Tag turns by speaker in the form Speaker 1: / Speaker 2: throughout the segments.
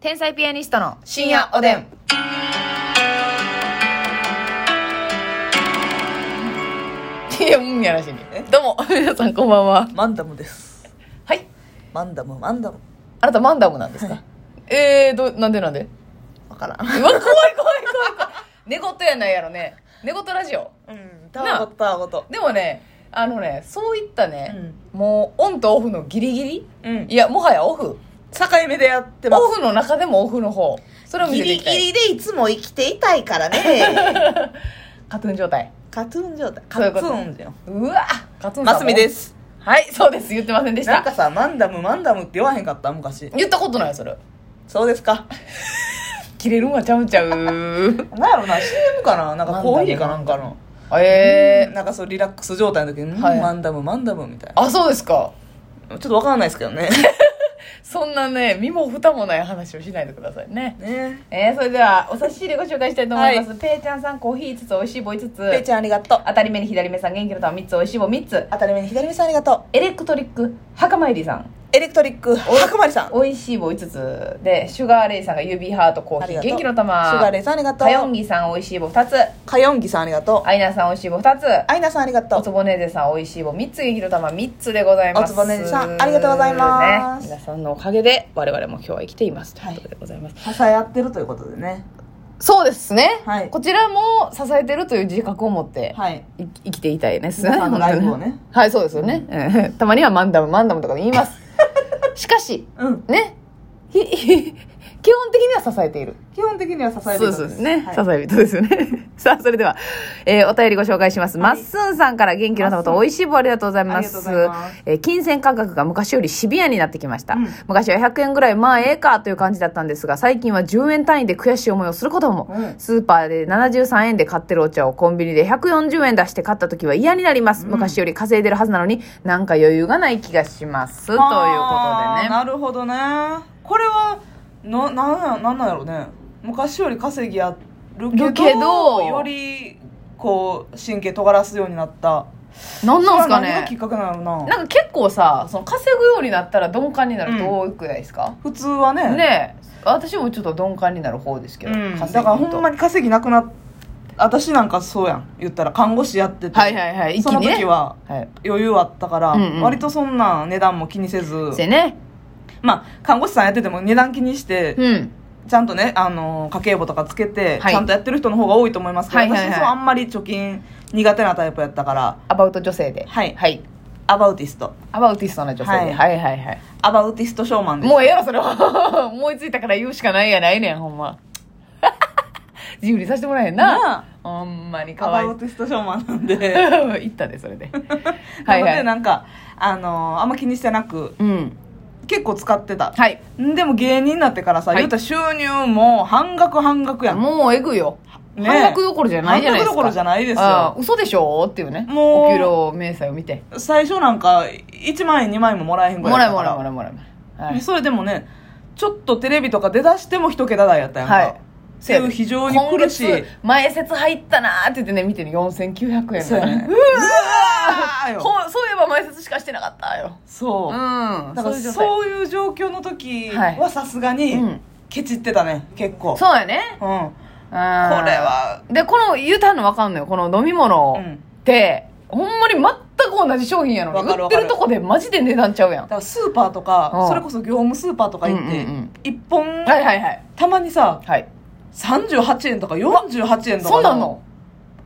Speaker 1: 天才ピアニストの深夜おでん。いや、うんやらしいね
Speaker 2: え。
Speaker 1: どうも、皆さんこんばんは。
Speaker 2: マンダムです
Speaker 1: はい。
Speaker 2: マンダムマンダム
Speaker 1: あなたマンダムなんですか、
Speaker 2: はい
Speaker 1: えー、ど、なんでなんで
Speaker 2: わから
Speaker 1: うわ、怖い怖い怖い怖い。寝言やないやろね。寝言ラジオ。
Speaker 2: んうんたわごとたわごと
Speaker 1: でもね、あのね、そういったね、もうオンとオフのギリギリ
Speaker 2: うん
Speaker 1: いや、もはやオフ。
Speaker 2: 境目でやってます
Speaker 1: オフの中でもオフの方。それを見
Speaker 2: ギ
Speaker 1: せてい
Speaker 2: リ
Speaker 1: きたい。
Speaker 2: ギリでいつも生きていたいから ね
Speaker 1: カトゥーン状態。
Speaker 2: カトゥーン状態カ
Speaker 1: そういう
Speaker 2: ト
Speaker 1: こ
Speaker 2: ゥ
Speaker 1: と
Speaker 2: ーンじゃん
Speaker 1: うわカツンさんも
Speaker 2: マスミです
Speaker 1: はい、そうです。言ってませんでし
Speaker 2: なんか
Speaker 1: た。
Speaker 2: さマンダムマンダムって言わへんかった昔
Speaker 1: 言ったことない、それ。
Speaker 2: そうですか
Speaker 1: 切れるんはちゃうち ゃう。
Speaker 2: なんやろな CM かななんかコーヒーかなんかの
Speaker 1: ええ
Speaker 2: なんかそうリラックス状態の時に、うん
Speaker 1: はい
Speaker 2: マンダムマンダムみたい
Speaker 1: あ、そうですか。
Speaker 2: なちょっとわからないですけどね
Speaker 1: そんなね、身も蓋もない話をしないでくださいね。
Speaker 2: ね
Speaker 1: えー、それでは、お差し入れご紹介したいと思います。
Speaker 2: は
Speaker 1: ペイちゃんさん、コーヒー5つ、美味しい棒5つ。
Speaker 2: ペイちゃんありがとう
Speaker 1: 当たり目に左目さん、元気の玉3つ、美味しい棒3つ。
Speaker 2: 当たり目に左目さんありがとう
Speaker 1: エレクトリック、墓参りさん、
Speaker 2: エレクトリック白丸さん
Speaker 1: 美味しい棒5つ。で、シュガーレイさんが指ハートコーヒー、元気の玉。
Speaker 2: シュガーレイさんありがとう
Speaker 1: カヨンギさん、美味しい棒2つ。
Speaker 2: カヨンギさんありがとう
Speaker 1: アイナさん、美味しい棒2つ。
Speaker 2: アイナさんありがと
Speaker 1: お
Speaker 2: う
Speaker 1: つぼねぜさんおいしい棒3つひろたま3つでございます
Speaker 2: おつぼねぜさんありがとうございます
Speaker 1: ね皆さんのおかげで我々も今日は生きていますということでございます、
Speaker 2: 支え合ってるということでね
Speaker 1: そうですね、
Speaker 2: はい
Speaker 1: こちらも支えてるという自覚を持って、
Speaker 2: はい
Speaker 1: い生きていたいです
Speaker 2: 皆さんのライブをね
Speaker 1: はいそうですよね、うんたまにはマンダムマンダムとかで言いますしかし
Speaker 2: うん
Speaker 1: ねひ基本的には支えている
Speaker 2: 基本的には支える
Speaker 1: そうですね、支え人ですよね さあそれでは、えーお便りご紹介します、まっすんさんから元気の玉と美味しい棒ありがとうございます
Speaker 2: ありがとうございます
Speaker 1: えー金銭感覚が昔よりシビアになってきました、
Speaker 2: うん
Speaker 1: 昔は100円ぐらいまあええかという感じだったんですが最近は10円単位で悔しい思いをすることも、
Speaker 2: うん
Speaker 1: スーパーで73円で買ってるお茶をコンビニで140円出して買った時は嫌になります、昔より稼いでるはずなのになんか余裕がない気がしますということで
Speaker 2: あー
Speaker 1: ね
Speaker 2: なるほどねこれはななんなんなんだろうね昔より稼ぎやるけど
Speaker 1: るけど
Speaker 2: よりこう神経尖らすようになった
Speaker 1: なんなんすか
Speaker 2: それは何がきっ
Speaker 1: ね
Speaker 2: かけな
Speaker 1: な
Speaker 2: のな
Speaker 1: んか結構さその稼ぐようになったら鈍感になると多くないですか、
Speaker 2: 普通はね
Speaker 1: ねえ私もちょっと鈍感になる方ですけ
Speaker 2: う
Speaker 1: ど、
Speaker 2: ん、だ
Speaker 1: 稼
Speaker 2: か
Speaker 1: ぐ
Speaker 2: ら
Speaker 1: と
Speaker 2: ほんまに稼ぎなくなっ私なんかそうやん言ったら看護師やってて、
Speaker 1: はいはいはい一
Speaker 2: そ
Speaker 1: 気
Speaker 2: の
Speaker 1: にね
Speaker 2: 時は
Speaker 1: はい
Speaker 2: 余裕あったから、
Speaker 1: うんうん
Speaker 2: 割とそんな値段も気にせず、
Speaker 1: せね
Speaker 2: まあ、看護師さんやってても値段気にして、
Speaker 1: うん
Speaker 2: ちゃんとね、あのー家計簿とかつけて、
Speaker 1: はい
Speaker 2: ちゃんとやってる人の方が多いと思いますけど、
Speaker 1: はいはいはい
Speaker 2: 私そうあんまり貯金苦手なタイプやったから、
Speaker 1: アバウト女性では
Speaker 2: はい
Speaker 1: はい
Speaker 2: アバウティスト。
Speaker 1: アバウティストな女性で、は、
Speaker 2: はい
Speaker 1: はいはいはい
Speaker 2: アバウティストショーマンです。
Speaker 1: もうええよそれは 思いついたから言うしかないやないねんほんま 自由にさせてもらえへんな
Speaker 2: な
Speaker 1: ほんまに
Speaker 2: あ
Speaker 1: か
Speaker 2: ア
Speaker 1: わい
Speaker 2: バウ
Speaker 1: そ
Speaker 2: ティストショーマンなんで。
Speaker 1: う言ったでそれ で はい
Speaker 2: なの
Speaker 1: は
Speaker 2: で、
Speaker 1: い
Speaker 2: なんか、あのーあんま気にしてなく、
Speaker 1: うん
Speaker 2: 結構使ってた。
Speaker 1: はい
Speaker 2: でも芸人になってからさ、
Speaker 1: はい
Speaker 2: 言うたら収入も半額半額やん。
Speaker 1: もうえぐいよ、
Speaker 2: ね
Speaker 1: 半
Speaker 2: え
Speaker 1: 額どころじゃないじゃないですか
Speaker 2: 半額どころじゃないですよ
Speaker 1: ああ嘘でしょっていうね
Speaker 2: もう
Speaker 1: お給料明細を見て
Speaker 2: 最初なんか、1万円2万円ももらえへんぐ
Speaker 1: も
Speaker 2: らい
Speaker 1: ら
Speaker 2: や
Speaker 1: え
Speaker 2: った
Speaker 1: も
Speaker 2: から
Speaker 1: えもらえもらえ、はい、
Speaker 2: それでもねちょっとテレビとか出だしても一桁台やったやんか、
Speaker 1: はい
Speaker 2: っていう非常に苦しい
Speaker 1: 今月前説入ったなーって言ってね見てね4900円
Speaker 2: そうやね
Speaker 1: う
Speaker 2: うわーよ
Speaker 1: わほそういえば前説しかしてなかったよ
Speaker 2: そうう、
Speaker 1: ん
Speaker 2: だか
Speaker 1: そ
Speaker 2: ら
Speaker 1: ういう状態
Speaker 2: そういう状況の時
Speaker 1: はい
Speaker 2: はさすがに
Speaker 1: うん
Speaker 2: ケチってたね結構
Speaker 1: そうやね
Speaker 2: う、ん、こ
Speaker 1: これ
Speaker 2: れは
Speaker 1: でこの言うたんの分かんのよこの飲み物
Speaker 2: う
Speaker 1: っ
Speaker 2: ん
Speaker 1: て、ほんまに全く同じ商品やの
Speaker 2: わ
Speaker 1: に
Speaker 2: か
Speaker 1: 売
Speaker 2: る
Speaker 1: っ
Speaker 2: わ
Speaker 1: て
Speaker 2: かる
Speaker 1: るとこでマジで値段ちゃうやん
Speaker 2: だからスーパーとか、
Speaker 1: うん
Speaker 2: それこそ業務スーパーとか行っ
Speaker 1: うんうんうん
Speaker 2: て、一本、
Speaker 1: はいはいはい
Speaker 2: たまにさ、
Speaker 1: はい
Speaker 2: 38円とか48円とか
Speaker 1: そうなの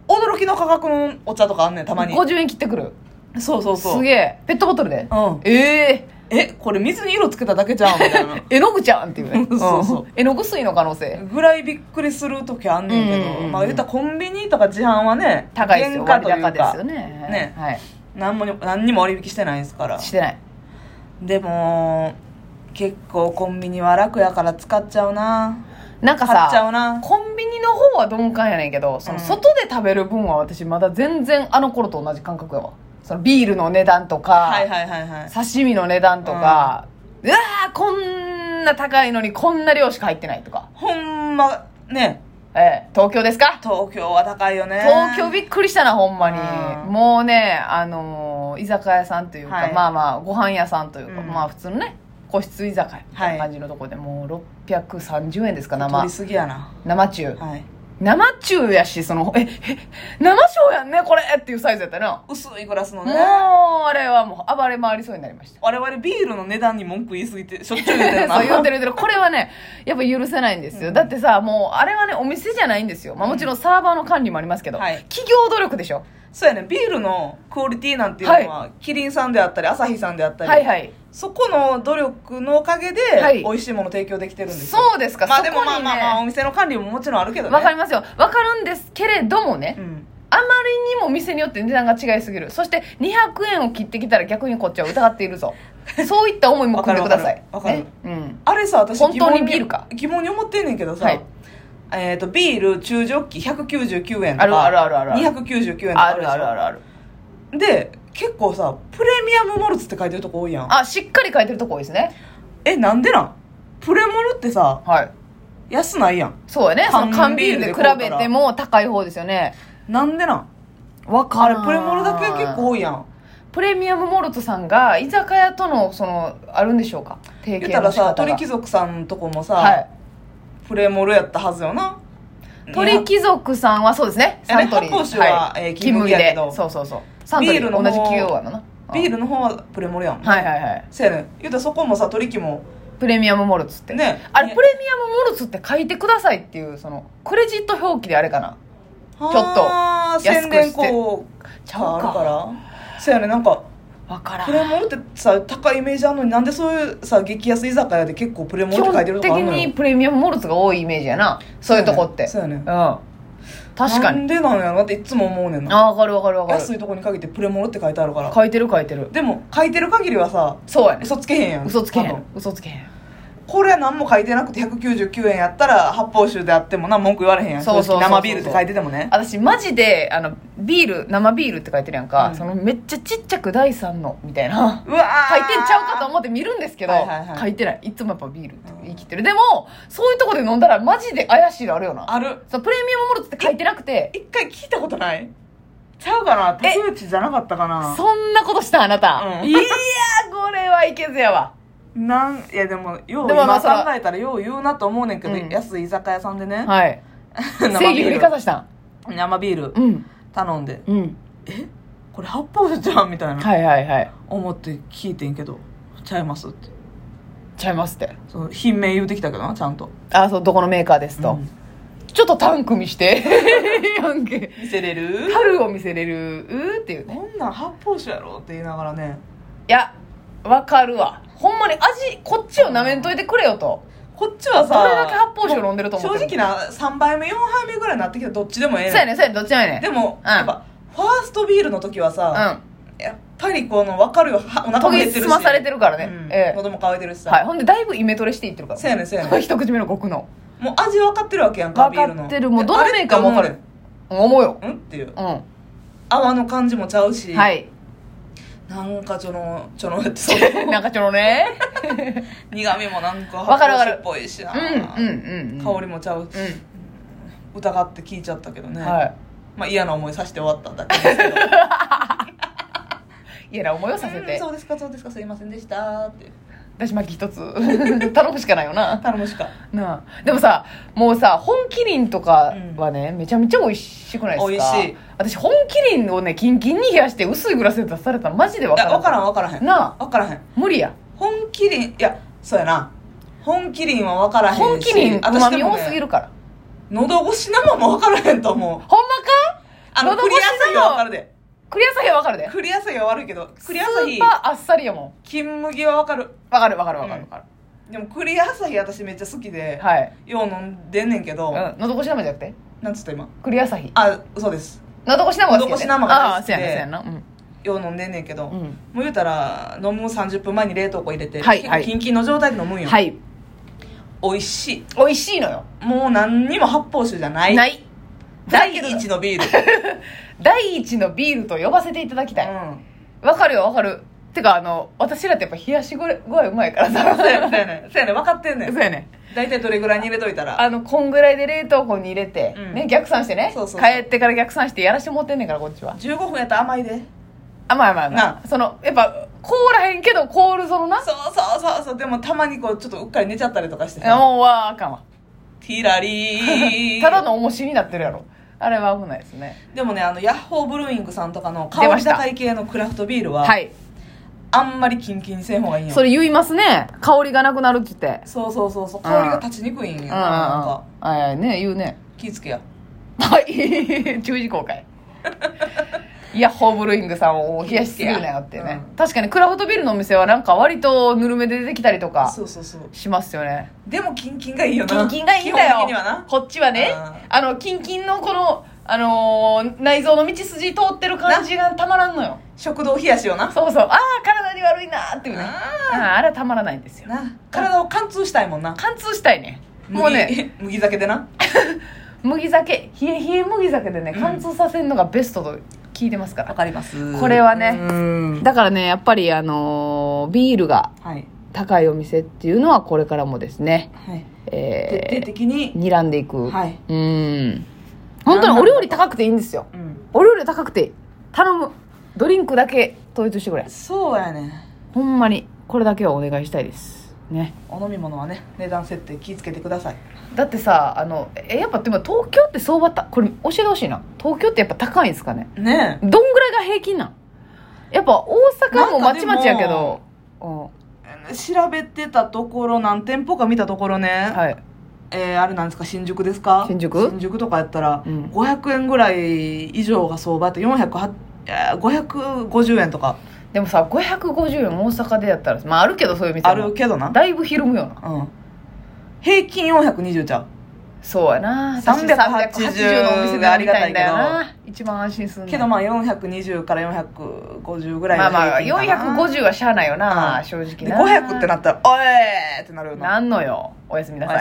Speaker 2: 驚きの価格のお茶とかあんねんたまに
Speaker 1: 50円切ってくる
Speaker 2: そうそうそう
Speaker 1: すげえペットボトルで
Speaker 2: うん、
Speaker 1: ええ
Speaker 2: えこれ水に色つけただけじゃんみた いな
Speaker 1: 絵の具ちゃんっていうね
Speaker 2: そうそうん
Speaker 1: 絵の具水の可能性
Speaker 2: ぐらいびっくりする時あんねんけど、
Speaker 1: うんうんうん
Speaker 2: まあ言ったらコンビニとか自販はね
Speaker 1: 高いですよ
Speaker 2: 原
Speaker 1: 割
Speaker 2: 価という
Speaker 1: 高
Speaker 2: か
Speaker 1: ですよね
Speaker 2: ね
Speaker 1: はい
Speaker 2: 何もに何にも割引してないですから
Speaker 1: してない
Speaker 2: でも結構コンビニは楽やから使っちゃうな
Speaker 1: なんか
Speaker 2: 買っちゃう
Speaker 1: さ
Speaker 2: な
Speaker 1: コンビニの方は鈍感やねんけどその
Speaker 2: うん
Speaker 1: 外で食べる分は私まだ全然あの頃と同じ感覚やわそのビールの値段と
Speaker 2: はい
Speaker 1: か
Speaker 2: はいはいはい
Speaker 1: 刺身の値段とかうわーこんな高いのにこんな量しか入ってないとか
Speaker 2: ほんまね
Speaker 1: ええ東京ですか
Speaker 2: 東京は高いよね
Speaker 1: 東京びっくりしたなほんまに
Speaker 2: うん
Speaker 1: もうねあのー居酒屋さんというか、
Speaker 2: はい
Speaker 1: まあまあご飯屋さんというか、
Speaker 2: うん
Speaker 1: まあ普通のね個室居酒屋みたいな感じのとこで、もう630円ですか
Speaker 2: 取
Speaker 1: 生
Speaker 2: りすぎやな
Speaker 1: 生中
Speaker 2: はい
Speaker 1: 生中やしそのええ生醤やんねこれっていうサイズやったな、
Speaker 2: 薄いグラスの
Speaker 1: も
Speaker 2: ね
Speaker 1: うあれはもう暴れ回りそうになり ました
Speaker 2: 我々ビールの値段に文句言いすぎてしょっちゅう言ってるな
Speaker 1: そう言ってる言ってるこれはねやっぱ許せないんですよ、だってさもうあれはねお店じゃないんですよ、まあ、もちろんサーバーの管理もありますけど、
Speaker 2: はい
Speaker 1: 企業努力でしょ
Speaker 2: そうやねビールのクオリティなんていうのは、キリンさんであったりアサヒさんであったり、
Speaker 1: はいはい
Speaker 2: そこの努力のおかげで、
Speaker 1: はい
Speaker 2: 美味しいもの提供できてるんですよ
Speaker 1: そうですか
Speaker 2: まあ
Speaker 1: そ
Speaker 2: でも
Speaker 1: こに
Speaker 2: まあ
Speaker 1: ね
Speaker 2: まあまあお店の管理ももちろんあるけどね
Speaker 1: わかりますよわかるんですけれどもね、
Speaker 2: うん
Speaker 1: あまりにもお店によって値段が違いすぎるそして200円を切ってきたら逆にこっちは疑っているぞそういった思いも組んでください
Speaker 2: わかるわ
Speaker 1: ね
Speaker 2: か
Speaker 1: うん
Speaker 2: あれさ私
Speaker 1: 本当に
Speaker 2: 疑問
Speaker 1: ビールか
Speaker 2: 疑問に思ってんねんけどさ、
Speaker 1: はい
Speaker 2: えっ、とビール中ジョッキ199円とか
Speaker 1: あるあるあるあるある
Speaker 2: 299円とか
Speaker 1: あるあるあるある
Speaker 2: るで結構さプレミアムモルツって書いてるとこ多いやん
Speaker 1: あしっかり書いてるとこ多いですね
Speaker 2: えなんでなんプレモルってさ
Speaker 1: はい
Speaker 2: 安ないやん
Speaker 1: そうやねその缶
Speaker 2: 缶
Speaker 1: ビー
Speaker 2: ビ
Speaker 1: ル
Speaker 2: ール
Speaker 1: で
Speaker 2: で
Speaker 1: 比
Speaker 2: 買うたら
Speaker 1: べても高い方ですよね
Speaker 2: なんでなん
Speaker 1: わ
Speaker 2: あ
Speaker 1: か
Speaker 2: れ
Speaker 1: る
Speaker 2: プレモルだけ結構多いやん
Speaker 1: プレミアムモルトさんが居酒屋とのそのあるんでしょうか提
Speaker 2: 言っ
Speaker 1: 携
Speaker 2: た
Speaker 1: の
Speaker 2: ら
Speaker 1: 仕方
Speaker 2: さ
Speaker 1: が
Speaker 2: 鳥貴族さんのとこもさ、
Speaker 1: はい
Speaker 2: プレモルやったはずよな
Speaker 1: 鳥貴族さんはそうですね
Speaker 2: えね
Speaker 1: サントリー
Speaker 2: 発泡酒はえー金麦やけど
Speaker 1: そうそうそうサントリ
Speaker 2: ビー
Speaker 1: ー
Speaker 2: ルの
Speaker 1: 同
Speaker 2: 方
Speaker 1: じ企業やもんな
Speaker 2: ビー
Speaker 1: ル
Speaker 2: ルの方はプレモルやん、
Speaker 1: はいはいはい
Speaker 2: せやねん言うたらそこもさ鳥貴も
Speaker 1: プレミアムモルツって
Speaker 2: ね
Speaker 1: あれ
Speaker 2: ね
Speaker 1: プレミアムモルツって書いてくださいっていうそのクレジット表記であれかな
Speaker 2: ちょ
Speaker 1: っと安
Speaker 2: 宣
Speaker 1: くして
Speaker 2: 伝こう
Speaker 1: ちゃうか
Speaker 2: あるからそうやねなんか
Speaker 1: わからん
Speaker 2: プレモルってさ高いイメージあるのになんでそういうさ激安居酒屋で結構プレモ
Speaker 1: 基
Speaker 2: ルって書いて
Speaker 1: 本
Speaker 2: るとこある
Speaker 1: 的
Speaker 2: の
Speaker 1: に
Speaker 2: よ
Speaker 1: プレミアムモルツが多いイメージやなそういうとこって
Speaker 2: そうやね
Speaker 1: うん確か
Speaker 2: な
Speaker 1: に
Speaker 2: んでなんやろなっていつも思うねんな
Speaker 1: あわかるわかるわか
Speaker 2: 安
Speaker 1: る
Speaker 2: いとこに限ってプレモルって書いてあるから
Speaker 1: 書いてる書いてる
Speaker 2: でも書いてる限りはさ
Speaker 1: そうやね
Speaker 2: 嘘つけへんやん
Speaker 1: 嘘つけへ
Speaker 2: 多
Speaker 1: ん
Speaker 2: 分
Speaker 1: 嘘つけへん
Speaker 2: これは何も書いてなくて199円やったら発泡酒であってもな文句言われへんやん
Speaker 1: そうそうそうそう
Speaker 2: 正直生ビールって書いててもね
Speaker 1: 私マジであのビール生ビールって書いてるやんか、
Speaker 2: うん
Speaker 1: そのめっちゃちっちゃく第三のみたいな
Speaker 2: うわー
Speaker 1: 書いてんちゃうかと思って見るんですけど、
Speaker 2: はいはいはい
Speaker 1: 書いてないいつもやっぱビールって言い切ってるでもそういうとこで飲んだらマジで怪しいのあるよな
Speaker 2: ある
Speaker 1: そのプレミアムモルツって書いてなくて
Speaker 2: 一回聞いたことないちゃうかな
Speaker 1: え
Speaker 2: 竹内じゃなかったかな
Speaker 1: そんなことしたあなた、
Speaker 2: うん
Speaker 1: いやーこれはいけずやわ
Speaker 2: なんいやでもよう
Speaker 1: でもまあ
Speaker 2: 今
Speaker 1: そら
Speaker 2: 考えたらよう言うなと思うねんけど、
Speaker 1: うん
Speaker 2: 安い居酒屋さんでね、
Speaker 1: はい
Speaker 2: 生ビ
Speaker 1: 正義振
Speaker 2: ー
Speaker 1: り
Speaker 2: ル
Speaker 1: かざしたん
Speaker 2: 生ビール
Speaker 1: うん
Speaker 2: 頼んで
Speaker 1: うん
Speaker 2: これ発泡酒じゃんみたいな
Speaker 1: はいはいはい
Speaker 2: 思って聞いてんけどちゃいますって
Speaker 1: ちゃいますって
Speaker 2: その品名言うてきたけどなちゃんと、
Speaker 1: あそうどこのメーカーですと、
Speaker 2: うん
Speaker 1: ちょっとタンク見して やんけ
Speaker 2: 見せれる
Speaker 1: 樽を見せれるうーっていうね
Speaker 2: こんなん発泡酒やろって言いながらね
Speaker 1: いやわかるわほんまに味こっちをなめんといてくれよと
Speaker 2: こっちはさ
Speaker 1: どれだけ発泡酒を飲んでると思って
Speaker 2: 正直な3杯目4杯目ぐらいになってきたらどっちでもええ
Speaker 1: そうやねんそうやねんどっちもやねん
Speaker 2: でも、
Speaker 1: うん
Speaker 2: やっぱファーストビールの時はさ、やっぱりこの分かるよはお
Speaker 1: うん
Speaker 2: 腹も減
Speaker 1: 研
Speaker 2: っ
Speaker 1: ぎ
Speaker 2: てるし
Speaker 1: 澄まされてるからね、
Speaker 2: うん
Speaker 1: ええ
Speaker 2: 喉も乾いてるしさ、
Speaker 1: はい、ほんでだいぶイメトレしていってるから
Speaker 2: そうやねんそうやね ん
Speaker 1: 一口目の極の
Speaker 2: もう味分かってるわけやんか
Speaker 1: 分
Speaker 2: ビー
Speaker 1: か
Speaker 2: ルの
Speaker 1: ってるもうどのメーカーも分か
Speaker 2: あれ
Speaker 1: る思うよ
Speaker 2: うんっていう
Speaker 1: う
Speaker 2: 泡の感じもちゃうし、
Speaker 1: んはい
Speaker 2: なんかちょのちょのってそう
Speaker 1: なんかちょろね
Speaker 2: 苦味もなんか
Speaker 1: わかるわかる
Speaker 2: 発泡酒っぽいしな
Speaker 1: うんうんうんうん
Speaker 2: 香りもちゃうし、
Speaker 1: う
Speaker 2: 疑って聞いちゃったけどね、
Speaker 1: んはい
Speaker 2: まあ嫌な思いさせて終わったんだけですけど
Speaker 1: 嫌な思いをさせ
Speaker 2: うん
Speaker 1: て
Speaker 2: そうですかそうですかすいませんでしたって
Speaker 1: 私巻き一つ 頼むしかないよな
Speaker 2: 頼むしか
Speaker 1: なあでもさもうさ本麒麟とかはね、めちゃめちゃ美味しくないですか
Speaker 2: 美味しい
Speaker 1: 私本麒麟をねキンキンに冷やして薄いグラスで出されたらマジで分からん
Speaker 2: 分からん分からへん
Speaker 1: な
Speaker 2: 分からへん
Speaker 1: 無理や
Speaker 2: 本麒麟いやそうやな本麒麟は分からへんし
Speaker 1: 本麒麟うま
Speaker 2: 私
Speaker 1: み
Speaker 2: でも
Speaker 1: 多
Speaker 2: ね
Speaker 1: すぎるから、
Speaker 2: 喉越し生も分からへんと思う
Speaker 1: ほん
Speaker 2: あ
Speaker 1: まか
Speaker 2: の
Speaker 1: 喉
Speaker 2: ク
Speaker 1: 越
Speaker 2: リ
Speaker 1: し
Speaker 2: アサ
Speaker 1: 生
Speaker 2: ヒは分かるで
Speaker 1: クリアサヒは分かるで
Speaker 2: クリアサヒは悪いけどクリアサ
Speaker 1: ス
Speaker 2: ヒ
Speaker 1: ーパーあっさりやもん
Speaker 2: 金麦は分かる
Speaker 1: 分かる分かる分かる分かる、
Speaker 2: でもクリアサヒ私めっちゃ好きで、
Speaker 1: はい、
Speaker 2: よう飲んでんねんけど、
Speaker 1: うん、喉越し生じゃなくて
Speaker 2: なんつった今
Speaker 1: クリアサヒ
Speaker 2: あそうです
Speaker 1: 喉越し生が好きや
Speaker 2: 喉越し生が
Speaker 1: ああ
Speaker 2: 大
Speaker 1: ー
Speaker 2: 好き
Speaker 1: そう
Speaker 2: で
Speaker 1: やなそうやなうん
Speaker 2: よう飲んでんねんけど、
Speaker 1: うん
Speaker 2: もう言うたら飲む30分前に冷凍庫入れて、
Speaker 1: はい
Speaker 2: 結
Speaker 1: は
Speaker 2: 構
Speaker 1: い
Speaker 2: キンキンの状態で飲むんよ、
Speaker 1: はい
Speaker 2: 美味しい
Speaker 1: 美味しいのよ
Speaker 2: もう何にも発泡酒じゃない
Speaker 1: ない
Speaker 2: 第一 のビール、
Speaker 1: 第一のビールと呼ばせていただきたい、
Speaker 2: うん
Speaker 1: わかるよわかるてかあの私らってやっぱ冷やし具合具合うまいからさ
Speaker 2: そうやねんそうやねんそうやねん分かってんね
Speaker 1: そ
Speaker 2: ん
Speaker 1: うやね
Speaker 2: 大体どれぐらいに入れといたら
Speaker 1: あのこんぐらいで冷凍庫に入れて、
Speaker 2: うん
Speaker 1: ね逆算してね
Speaker 2: そうそうそう
Speaker 1: 帰ってから逆算してやらしてもってんねんからこっちは
Speaker 2: 15分やったら甘いで
Speaker 1: あまあまあまあ
Speaker 2: な
Speaker 1: そのやっぱ凍らへんけど凍るそのな
Speaker 2: そうそうそうそうでもたまにこうちょっとうっかり寝ちゃったりとかして
Speaker 1: いや
Speaker 2: さ
Speaker 1: もうわあかんわ
Speaker 2: ティラ リー
Speaker 1: ただの重しになってるやろあれは危ないですね
Speaker 2: でもねあのヤッホーブルーイングさんとかの
Speaker 1: 出
Speaker 2: 香
Speaker 1: ま
Speaker 2: り
Speaker 1: した
Speaker 2: 高い系のクラフトビールは、
Speaker 1: はい
Speaker 2: あんまりキンキンにせん方がいいんよ
Speaker 1: それ言いますね香りがなくなるって言って
Speaker 2: そうそうそうそう香りが立ちにくいんよ
Speaker 1: うんうんうん
Speaker 2: なんか
Speaker 1: はいね言うね
Speaker 2: 気ぃつけや
Speaker 1: はい 注意公開いやホーブルイングさんを冷やしすぎるなよってね、
Speaker 2: う
Speaker 1: 確かにクラフトビールのお店はなんか割とぬるめで出てきたりとか
Speaker 2: そうそうそう
Speaker 1: しますよね
Speaker 2: でもキンキンがいいよな
Speaker 1: キンキンがいいんだ
Speaker 2: 基本
Speaker 1: よ
Speaker 2: 的にはな
Speaker 1: こっちはね
Speaker 2: うん
Speaker 1: あのキンキンのこの、あのー内臓の道筋通ってる感じがたまらんのよ
Speaker 2: 食堂冷やしよな
Speaker 1: そうそうああ体に悪いなーっていうねああ
Speaker 2: あ
Speaker 1: ーあれはたまらないんです
Speaker 2: ー
Speaker 1: よ
Speaker 2: な体を貫通したいもんな
Speaker 1: 貫通したいねもうね
Speaker 2: 麦 麦酒でな
Speaker 1: 麦酒冷え冷え麦酒でね貫通させるのがベストと聞いてますから、
Speaker 2: かります
Speaker 1: これはね
Speaker 2: うん
Speaker 1: だからねやっぱりあのービールが
Speaker 2: はい
Speaker 1: 高いお店っていうのはこれからもですね
Speaker 2: はい徹底
Speaker 1: え
Speaker 2: 的に
Speaker 1: ー、睨んでいく、
Speaker 2: はい
Speaker 1: うん本当にお料理高くていいんですよ
Speaker 2: うん
Speaker 1: お料理高くていい頼むドリンクだけ統一してくれ
Speaker 2: そうやね
Speaker 1: ほんまにこれだけはお願いしたいですね
Speaker 2: お飲み物はね値段設定気ぃつけてください
Speaker 1: だってさあのえやっぱでも東京って相場たこれ教えてほしいな東京ってやっぱ高いんですかね
Speaker 2: ね
Speaker 1: どんぐらいが平均なんやっぱ大阪もまちまちやけど、うん、
Speaker 2: え調べてたところ何店舗か見たところね、
Speaker 1: はい
Speaker 2: えーあれなんですか新宿ですか
Speaker 1: 新宿
Speaker 2: 新宿とかやったら、
Speaker 1: うん
Speaker 2: 500円ぐらい以上が相場って408えー550円とか
Speaker 1: でもさ550円大阪でやったらまああるけどそういう店も
Speaker 2: あるけどな、
Speaker 1: だいぶひるむよな
Speaker 2: うん、平均420ちゃう
Speaker 1: そうやな
Speaker 2: 私
Speaker 1: 380のお店でありがたいんだよ
Speaker 2: あ
Speaker 1: な一番安心する
Speaker 2: けどまあ420から450ぐらい
Speaker 1: まあまあ
Speaker 2: 平均かな
Speaker 1: 450はしゃあないよな、
Speaker 2: うん
Speaker 1: 正直
Speaker 2: で
Speaker 1: な
Speaker 2: 500ってなったら「おい!」ってなるよな
Speaker 1: なんのよおやすみなさい